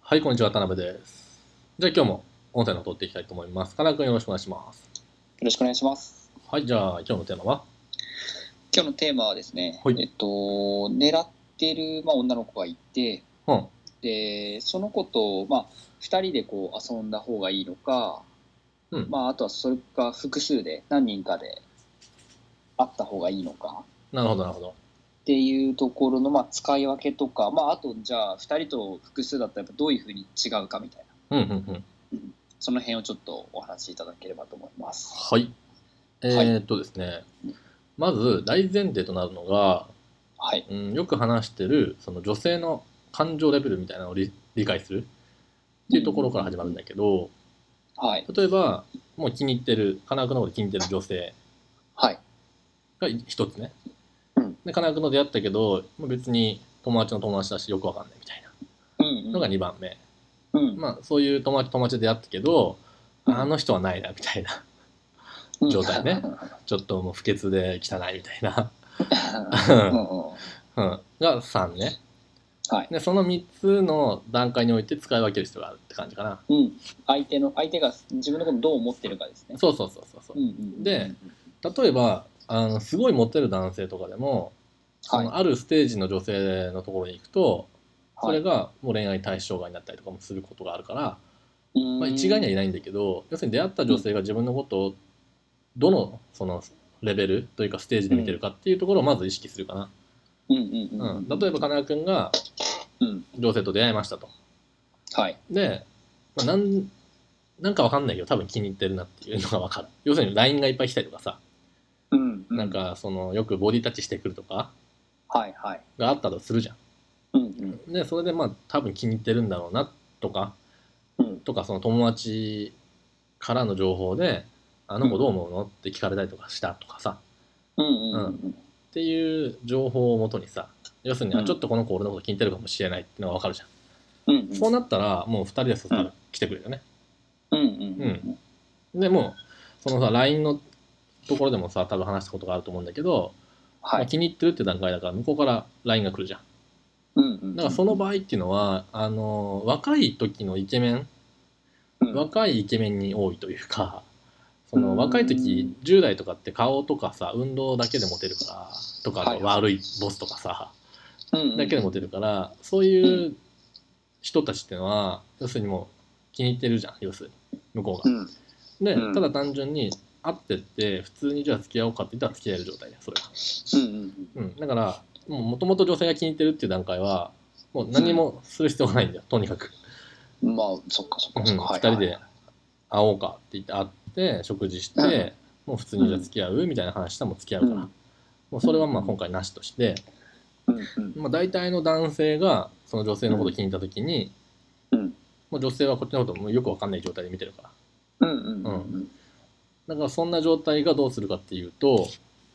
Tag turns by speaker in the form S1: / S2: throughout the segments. S1: はい、こんにちは、田辺です。じゃあ今日も音声の方を取っていきたいと思います。金く君よろしくお願いします。
S2: よろしくお願いします。
S1: はい、じゃあ今日のテーマは
S2: 今日のテーマはですね、
S1: はい
S2: えっと、狙ってる、まあ、女の子がいて、
S1: うん。
S2: で、その子と、まあ、2人でこう遊んだ方がいいのか、
S1: うん
S2: まあ、あとはそれか複数で、何人かで会った方がいいのか
S1: なるほど、なるほど。
S2: っていうところの、まあ、使い分けとか、まあ、あと、じゃあ、2人と複数だったらやっぱどういうふうに違うかみたいな、
S1: うん、うん、うん。
S2: その辺をちょっとお話しいただければと思います。
S1: はい。えー、っとですね、まず大前提となるのが、
S2: はい。
S1: うん、よく話してるその女性の感情レベルみたいなのを理理解するっていうところから始まるんだけど、
S2: はい。
S1: 例えば、もう気に入ってる、金く君のこと気に入ってる女性
S2: はい。
S1: が一つね。
S2: うん
S1: で、金く君と出会ったけど、まあ別に友達の友達だしよくわかんないみたいな
S2: うん、うん。
S1: のが2番目。
S2: うん
S1: まあ、そういう友達友達で出会ったけど、あの人はないなみたいな。
S2: うん
S1: 状態ねちょっともう不潔で汚いみたいな。
S2: うんうん
S1: うん、が3ね。
S2: はい
S1: で、その3つの段階において使い分ける必要があるって感じかな。
S2: うん、相手の相手が自分のことをどう思ってるかですね。
S1: そうそうそうそうそう
S2: うんうん、
S1: で、例えばあのすごいモテる男性とかでも、そ
S2: はい
S1: のあるステージの女性のところに行くとそ
S2: は
S1: れ
S2: い
S1: がもう恋愛対象外になったりとかもすることがあるから、ま
S2: ま
S1: あ、一概にはいないんだけど要するに出会った女性が自分のことをどのそのレベルというかステージで見てるかっていうところをまず意識するかな。
S2: うんうんう
S1: うん
S2: ん、
S1: 例えば金谷君が
S2: うん、
S1: 女性と出会いましたと。
S2: はい、
S1: で、まあ、なんなんかわかんないけど多分気に入ってるなっていうのがわかる。要するに LINE がいっぱい来たりとかさ
S2: うんう
S1: なん、かそのよくボディタッチしてくるとか
S2: はいはい、
S1: があったとするじゃん。
S2: うんうん
S1: でそれでまあ多分気に入ってるんだろうなとか
S2: うん
S1: とかその友達からの情報で「あの子どう思うの?」って聞かれたりとかしたとかさ
S2: うんうんうん
S1: っていう情報をもとにさ要するに、
S2: う
S1: あ
S2: ん
S1: ちょっとこの子俺のこと気に入ってるかもしれないってのが分かるじゃん、
S2: うんうん
S1: そうなったらもう2人でそしたら来てくれるよね、
S2: うんうん
S1: でもうそのさ LINE のところでもさ多分話したことがあると思うんだけど、
S2: は
S1: まあ
S2: い、
S1: 気に入ってるって段階だから向こうから LINE が来るじゃん
S2: うんうん
S1: だからその場合っていうのはあの若い時のイケメン
S2: うん
S1: 若いイケメンに多いというかそうの
S2: ん
S1: 若い時10代とかって顔とかさ運動だけでモテるからとか、
S2: はい
S1: 悪いボスとかさ
S2: うん
S1: だけでモテるからそういう人たちってのは要するにもう気に入ってるじゃん要するに向こ
S2: う
S1: うが。
S2: ん
S1: で
S2: うん
S1: ただ単純に会ってって普通にじゃあ付き合おうかって言ったら付き合える状態だよそれは。
S2: うん
S1: うん、だからもともと女性が気に入ってるっていう段階はもう何もする必要がないんだよとにかく。
S2: うんまあそっかそっ
S1: うん、
S2: かそっか、
S1: 2人で会おうかって言って会って食事して、
S2: うん
S1: もう普通にじゃあ付き合うみたいな話したらもう付き合うから、
S2: うん
S1: もうそれはまあ
S2: うん
S1: 今回なしとして、
S2: うんうん
S1: まあ、大体の男性がその女性のことを気に入った時に、
S2: うん
S1: もう女性はこっちのこともよくわかんない状態で見てるから
S2: うんうんうん
S1: だからそんな状態がどうするかっていうと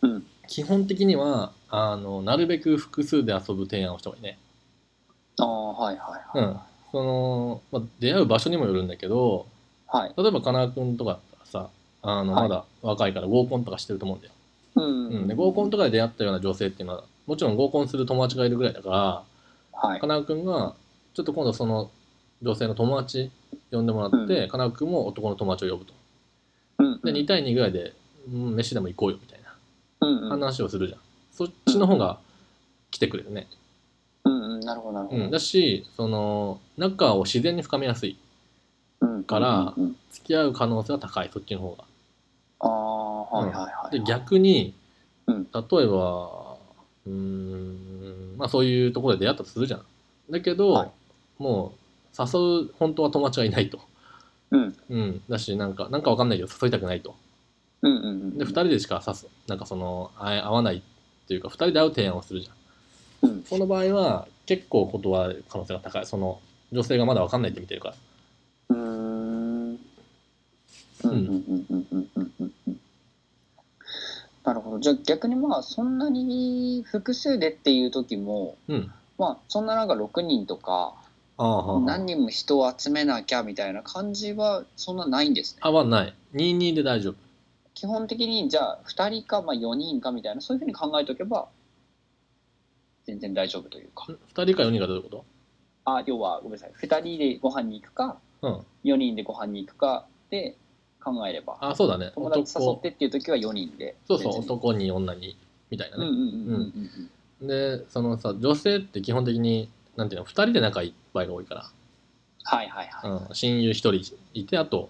S2: うん
S1: 基本的にはあのなるべく複数で遊ぶ提案をした方がいいね、
S2: ああはいはい
S1: うんそのまあ、出会う場所にもよるんだけど
S2: はいはい
S1: 例えば金く君とかだったらさあの
S2: は
S1: ま
S2: い
S1: だ若いから合コンとかしてると思うんだよ、
S2: うん
S1: うん、で合コンとかで出会ったような女性っていうのはもちろん合コンする友達がいるぐらいだか
S2: は
S1: ら
S2: い
S1: 金く君がちょっと今度その女性の友達呼んでもらって、
S2: う
S1: 金く君も男の友達を呼ぶと
S2: うん
S1: で2対2ぐらいで、うん、飯でも行こうよみたいな
S2: うんうん
S1: 話をするじゃん、そっちの方が来てくれるね、
S2: うんうんなるほどなるほ
S1: うん、
S2: ど
S1: だしその仲を自然に深めやすい
S2: うん
S1: から
S2: うん
S1: 付き合う可能性は高いそっちの方が
S2: ああはいはいはい
S1: で逆に、
S2: うん
S1: 例えばうーんまあそういうところで出会ったとするじゃんだけど、
S2: はい
S1: もう誘う本当は友達がいないと、
S2: うん
S1: うん、だしなんかなんかわかんないけど誘いたくないと
S2: うんうんうん
S1: で2人でしか誘うなんかその会え会わないっていうか2人で会う提案をするじゃん
S2: うん
S1: その場合は結構断る可能性が高いその女性がまだわかんないって見てるから
S2: うーんうんうんうんうんうんうんうんなるほどじゃあ逆にまあそんなに複数でっていう時も
S1: うん
S2: まあそんななんか6人とか
S1: ああ
S2: 何人も人を集めなきゃみたいな感じはそんなないんですね
S1: あはない22で大丈夫
S2: 基本的にじゃあ2人かまあ4人かみたいなそういうふうに考えておけば全然大丈夫というか
S1: 2人か4人かどういうこと
S2: あ要はごめんなさい2人でご飯に行くか
S1: うん。
S2: 4人でご飯に行くかで考えれば
S1: あ、そうだね。
S2: 友達誘っ
S1: 男。
S2: てっていう時は4人で
S1: そうそう、
S2: 別に
S1: 男に女に、みたいな
S2: うんう
S1: ね。
S2: んうんうんうん
S1: で、そのさ、女性って基本的に、なんていうの、二人で仲いっぱいが多いから。
S2: はいはいはい、
S1: うん、親友一人いてあと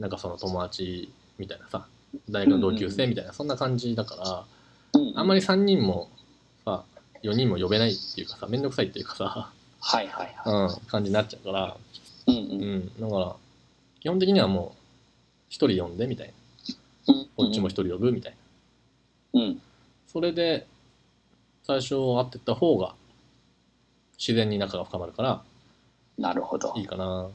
S1: なんかその友達みたいなさ大学の同級生みたいな、そんな感じだから
S2: うんうん
S1: あんまり3人もさ4人も呼べないっていうかさ面倒くさいっていうかさ、
S2: はいはいは
S1: うん、感じになっちゃうから、
S2: い、う
S1: うんん、だから基本的にはもう1人呼んでみたいな
S2: うん、
S1: こっちも1人呼ぶみたいな
S2: うん
S1: それで最初会ってった方が自然に仲が深まるから
S2: なるほど
S1: いいかな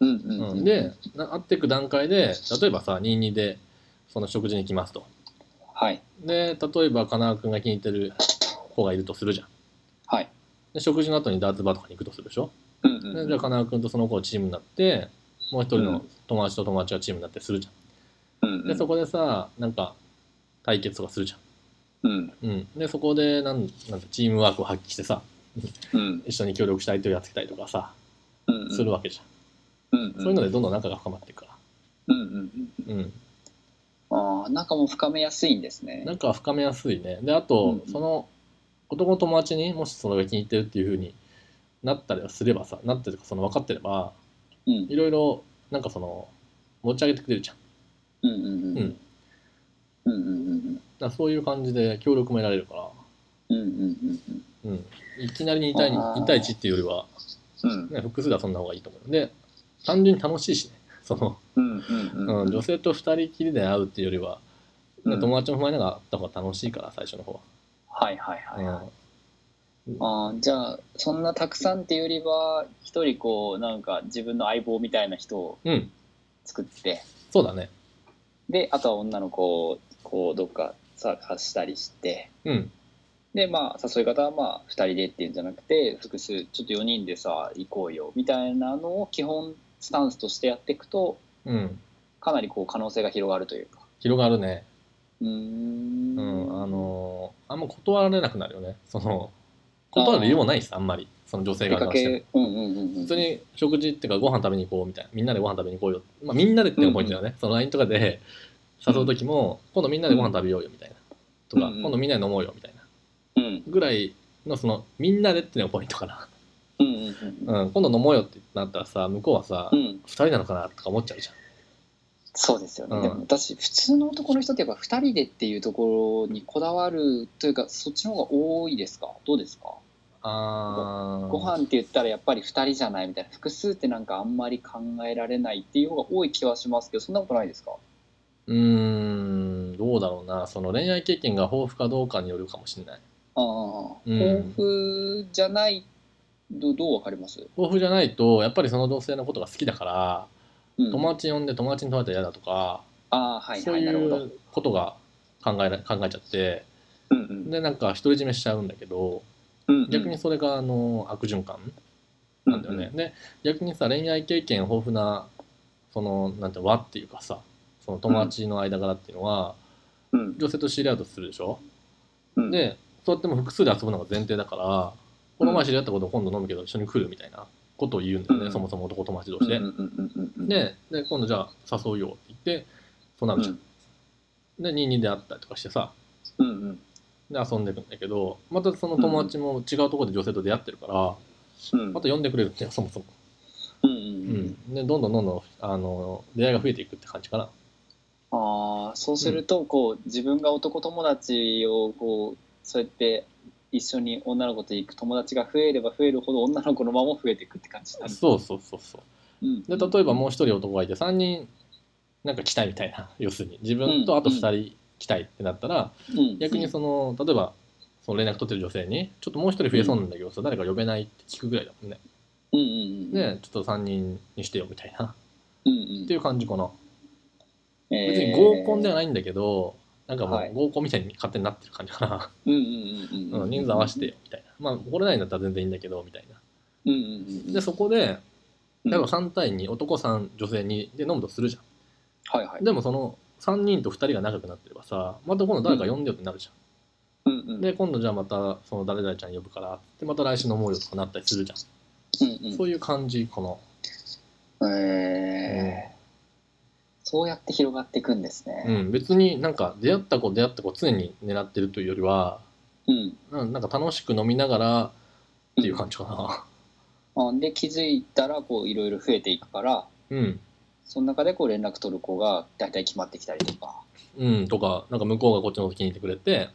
S2: うんうん
S1: う、
S2: うんん
S1: でな会っていく段階で例えばさ22でその食事に来ますと
S2: はい
S1: で例えば金沢君が気に入ってる子がいるとするじゃん
S2: はい
S1: で食事の後にダーツバーとかに行くとするでしょ
S2: うんう
S1: で
S2: ん
S1: じゃあ金沢君とその子をチームになってもう一人
S2: う
S1: の
S2: ん
S1: 友達と友達がチームになってするじ
S2: うん
S1: ゃんでそこでさなんか対決とかするじ
S2: うん
S1: ゃん、うん、でそこでなんなんかチームワークを発揮してさ
S2: うん
S1: 一緒に協力したいとやってきたりとかさ
S2: うん
S1: するわけじゃ
S2: うんうん
S1: んそういうのでどんどん仲が深まっていくか
S2: うんうん
S1: ら
S2: うん
S1: うん
S2: ああ仲も深めやすいんですね
S1: なんか深めやすいね。で、あと、
S2: うん
S1: その男の友達にもしそれが気に入ってるっていう風になったりはすればさ、なったりとかその分かってれば、
S2: うん
S1: いろいろなんかその持ち上げてくれるじゃん。
S2: うんうんうんうんうんうん
S1: だからそういう感じで協力も得られるか
S2: うんうんうんうん
S1: ら、うん。いきなり2対
S2: あー
S1: 2 2対1っていうよりは、
S2: うん
S1: ね、複数で遊んだ方がいいと思う。で、単純に楽しいしね。その、
S2: うん
S1: う
S2: うん
S1: ん、女性と2人きりで会うっていうよりは、ね
S2: うん
S1: 友達も踏まえながら会った方が楽しいから、最初の方
S2: はいはいはいはい
S1: は。
S2: あーじゃあそんなたくさんっていうよりは一人こうなんか自分の相棒みたいな人を
S1: うん。うん、
S2: 作って
S1: そうだね。
S2: であとは女の子をこうどっか探したりして
S1: うん、
S2: でまあ誘い方はまあ2人でっていうんじゃなくて複数ちょっと4人でさ行こうよみたいなのを基本スタンスとしてやっていくと
S1: うん。
S2: かなりこう可能性が広がるというか
S1: 広がるね。
S2: うーん
S1: うん、あのーあんま断られなくなるよね。その、断る理由もないです、あんまり。その女性
S2: 出
S1: 側か
S2: から
S1: しても。
S2: けうんうんうんうん
S1: 普通に食事っていうかご飯食べに行こうみたいな。みんなでご飯食べに行こうよ。まあみんなでっていうのがポイントだよね。その LINE とかで誘う時も、今度みんなでご飯食べようよみたいな。とか、
S2: うんうん
S1: 今度みんなで飲もうよみたいな。
S2: うん
S1: ぐらいのその、みんなでっていうのがポイントかな。
S2: うんうんうん
S1: うん、今度飲もうよってなったらさ、向こうはさ、
S2: う
S1: 二
S2: ん
S1: 人なのかなとか思っちゃうじ
S2: そうですよね、
S1: うん
S2: でも私普通の男の人ってやっぱ2人でっていうところにこだわるというかそっちの方が多いですかどうですか
S1: ゃん。あー。
S2: ご飯って言ったらやっぱり2人じゃないみたいな複数ってなんかあんまり考えられないっていう方が多い気はしますけどそんなことないですか
S1: うーん、どうだろうな。その恋愛経験が豊富かどうかによるかもしれない。
S2: ああ、
S1: うん
S2: 豊富じゃないどどうわかります、
S1: 豊富じゃないとやっぱりその女性のことが好きだから、
S2: うん、
S1: 友達呼んで友達に取られたら嫌だとか、
S2: ああはい
S1: そ
S2: は
S1: う
S2: い
S1: い
S2: なるほど、
S1: うことが考えら考えちゃって
S2: うんうん
S1: でなんか独り占めしちゃうんだけど
S2: うんうん、
S1: 逆にそれがあの悪循環なんだよね、で逆にさ恋愛経験豊富なそのなんて輪っていうかさその友達の間柄っていうのは、
S2: うんうん
S1: 女性と知り合うとするでしょ、
S2: うん、
S1: でそうやっても複数で遊ぶのが前提だからこの前知り合ったことを今度飲むけど一緒に来るみたいなことを言うんだよね、
S2: うん
S1: そもそも男友達同
S2: う
S1: 士
S2: ん
S1: で。
S2: うんうんうんうん、
S1: でで今度じゃあ誘うよって言ってそうな
S2: う
S1: るじゃん、
S2: ん
S1: で22で会ったりとかしてさ
S2: うんうん
S1: で遊んでくんだけどまたその友達も違うところで女性と出会ってるから、
S2: うん
S1: また呼んでくれるんだよそもそも、
S2: うん
S1: う
S2: うんうん
S1: でどんどんどんどんあの出会いが増えていくって感じかな
S2: ああそうするとこう自分が男友達をこうそうやって一緒に女の子と行く友達が増えれば増えるほど女の子のまま増えていくって感じなんです
S1: そうそうそうそう
S2: うん
S1: で例えばもう一人男がいて3人なんか来たいみたいな要するに自分とあと2人来たいってなったら、
S2: うん
S1: 逆にその例えばその連絡取ってる女性にちょっともう一人増えそうなんだけどさ、誰か呼べないって聞くぐらいだもんね
S2: うんうんうん
S1: でちょっと3人にしてよみたいな
S2: うんうん
S1: っていう感じかな別
S2: 別
S1: に合コンでは
S2: ない
S1: ないんだけど、なんかも
S2: はいう
S1: 合コンみたいに勝手になってる感じかな、
S2: うんうんうん
S1: う
S2: うんん
S1: 人数合わせてよみたいなまあ来れないんだったら全然いいんだけどみたいな
S2: うんうんうん
S1: でそこで
S2: うん
S1: 例えば3対2男3女性2で飲むとするじゃ
S2: はいはい
S1: んでもその3人と2人が仲良くなってればさまた今度誰か呼んでよってなるじ
S2: うんう
S1: ゃん
S2: ん
S1: で今度じゃあまたその誰々ちゃん呼ぶからってまた来週飲もうよとかなったりするじゃん
S2: うん
S1: そういう感じかな、
S2: うん。えー、そうやって広がっていくんです
S1: う
S2: ね。
S1: ん、別になんか出会った子出会った子常に狙ってるというよりは
S2: うん。
S1: ななんか楽しく飲みながらっていう感じ か
S2: あで、気づいたら、こう、いろいろ増えていくから、
S1: なうん
S2: その中でこう連絡取る子が大体決まってきたりとか。
S1: うんとかなんか向こうがこっちのこと気に入ってくれて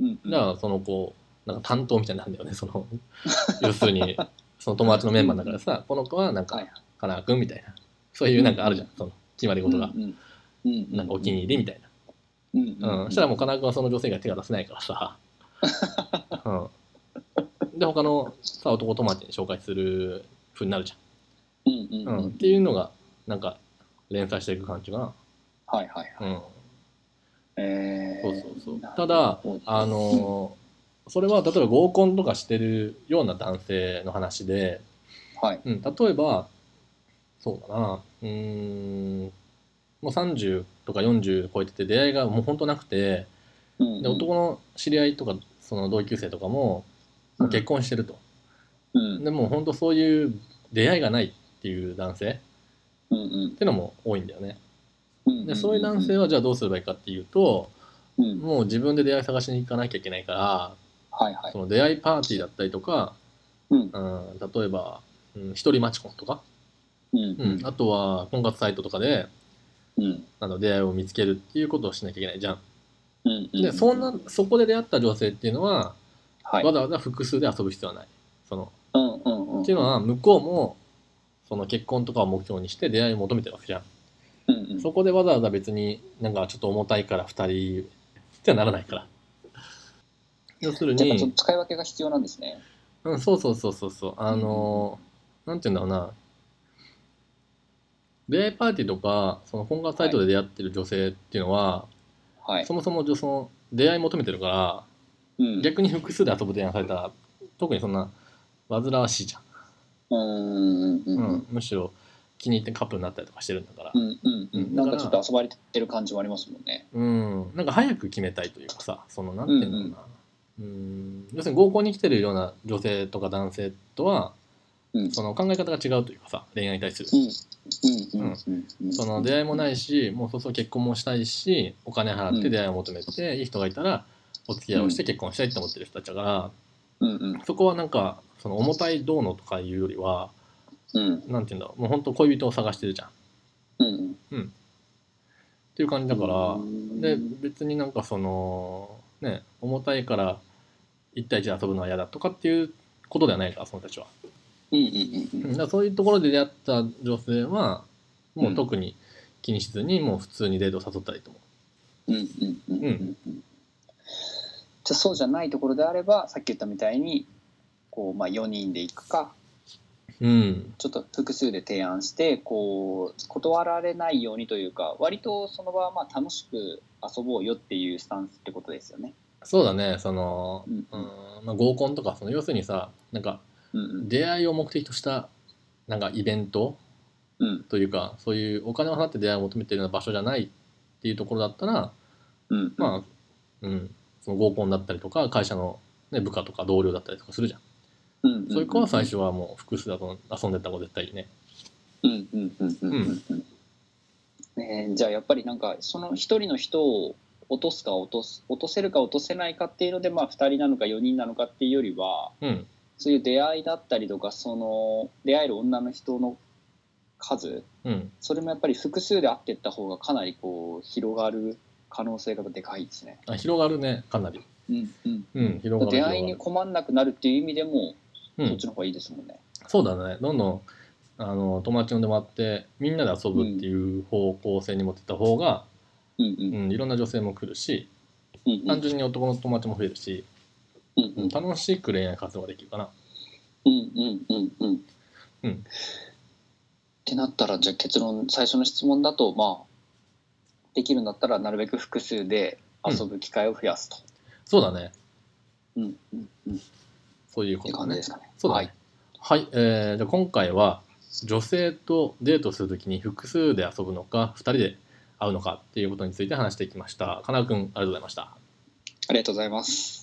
S2: うん、うん。
S1: だからその子なんか担当みたいになるんだよねその 要するにその友達のメンバーの中でさこの子はなん
S2: はい
S1: か
S2: はい
S1: かな君みたいなそういうなんかあるじゃんその決まり事が
S2: うんうんうん
S1: なんかお気に入りみたい
S2: うんう
S1: な、うん
S2: ん、
S1: したらもうかな君はその女性が手が出せないからさ、うん、で他のさ男友達に紹介する風になるじゃん
S2: うんうんう
S1: うんん、っていうのがなんか連載していく感じかな、
S2: はいはいはい、
S1: うん、
S2: えー、
S1: そうそうそう
S2: なるほ
S1: た
S2: ど
S1: だあのーそれは例えば合コンとかしてるような男性の話で、
S2: はい
S1: うん、例えばそうだなうーんもう30とか40超えてて出会いがもうほんとなくて
S2: うんうん
S1: で男の知り合いとかその同級生とかももう結婚してると、
S2: うん
S1: でもうほんとそういう出会いがないっていう男性っ
S2: うんうん
S1: てのも多いんだよね
S2: うん
S1: でそういう男性
S2: は、
S1: はじゃあどうすればいいかっていうと
S2: うん、
S1: もう自分で出会い探しに行かなきゃいけないから
S2: はいはい
S1: その出会いパーティーだったりとか、
S2: うん
S1: うん例えば、うん、一人マチコンとか、
S2: うん
S1: うんあとは婚活サイトとかで
S2: うん
S1: なんだ出会いを見つけるっていうことをしなきゃいけないじゃん。
S2: うんうん
S1: でそんなそこで出会った女性っていうのは、
S2: はい
S1: わざわざ複数で遊ぶ必要はない。その
S2: うんうんうん
S1: っていうのは向こうもその結婚とかを目標にして出会いを求めてるわけじゃん。
S2: うんうん
S1: そこでわざわざ別になんかちょっと重たいから2人ってはならないから。要する
S2: やっぱちょっ
S1: に
S2: と、使い分けが必要なんですね
S1: うん、そうそうそうそうそう、あのー、なんて言うんだろうな、出会いパーティーとか、その婚活サイトで出会ってる女性っていうのは、
S2: はい
S1: そもそも女その出会い求めてるから、
S2: うん
S1: 逆に複数で遊ぶ提案されたら、特にそんな煩わしいじゃん。
S2: うんうんうんう
S1: うんん、むしろ気に入ってカップルになったりとかしてるんだから
S2: う、んうんうん
S1: だ
S2: な
S1: から
S2: んかちょっと遊ばれてる感じもありますもんね
S1: うん、なんか早く決めたいというかさ、そのなんていうんだろうな、うん要するに合コンに来てるような女性とか男性とは、
S2: うん
S1: その考え方が違うというかさ、恋愛に対する
S2: う。んうんうんうんうん
S1: その出会いもないし、もうそうそう結婚もしたいし、お金払って出会いを求めて、いい人がいたらお付き合いをして結婚したいって思ってる人たちだから、
S2: うんうん
S1: そこはなんか、その重たいどうのとかいうよりは、
S2: うん
S1: なんていうんだろう、もう本当恋人を探してるじゃん。っ
S2: うん
S1: ていう感じだから、
S2: ら
S1: で、別になんかその、ね、重たいから1対1で遊ぶのは嫌だとかっていうことではないから、その人たちは。
S2: うんうんうん
S1: うんだからそういうところで出会った女性は、もう特に気にしずに、もう普通にデート誘ったりとも。
S2: うんうんうんうんうんじゃあそうじゃないところであればさっき言ったみたいにこう、まあ、4人で行くか
S1: うん。
S2: ちょっと複数で提案してこう断られないようにというか割とその場はまあ楽しく遊ぼうよっていうスタンスってことですよね。
S1: そうだね、その、
S2: うん
S1: うーんまあ、合コンとかその要するにさなんか
S2: うん
S1: 出会いを目的としたなんかイベント
S2: うん
S1: というかそういうお金を払って出会いを求めてるような場所じゃないっていうところだったら
S2: うん
S1: まあ、うん、その合コンだったりとか会社の、ね、部下とか同僚だったりとかするじゃん、
S2: うんうん
S1: そういう子は最初はもう複数だと遊んでった子絶対いいね
S2: うんうんうんうんうんうんねえじゃあやっぱりなんかその一人の人を落とすか落とす落とせるか落とせないかっていうので、まあ、2人なのか4人なのかっていうよりは
S1: うん
S2: そういう出会いだったりとかその出会える女の人の数
S1: うん
S2: それもやっぱり複数で会っていった方がかなりこう広がる可能性がでかいですね。
S1: あ広がるねかなり
S2: うんうん、
S1: うん広がる
S2: 出会いに
S1: 広
S2: 困んなくなるっていう意味でも、
S1: がる
S2: そっちの方がいいですもんね。
S1: うん、そうだねどんどんあの友達呼んでもらってみんなで遊ぶっていう方向性に持ってった方が、
S2: うんうん
S1: うん、いろんな女性も来るし
S2: うんうん
S1: 単純に男の友達も増えるし、
S2: うんうん
S1: 楽しく恋愛活動ができるかな。
S2: うんうんうんうん
S1: うん
S2: ってなったらじゃあ結論最初の質問だとまあできるんだったらなるべく複数で遊ぶ機会を増やすと。
S1: そうだね。
S2: うんうんうん、っ
S1: そういうこ
S2: て
S1: とだ
S2: 感じ
S1: ね
S2: で。すかね。
S1: そうだね。はい、えーじゃあ今回は女性とデートするときに複数で遊ぶのか2人で会うのかっていうことについて話してきました。かなくんありがとうございました。
S2: ありがとうございます。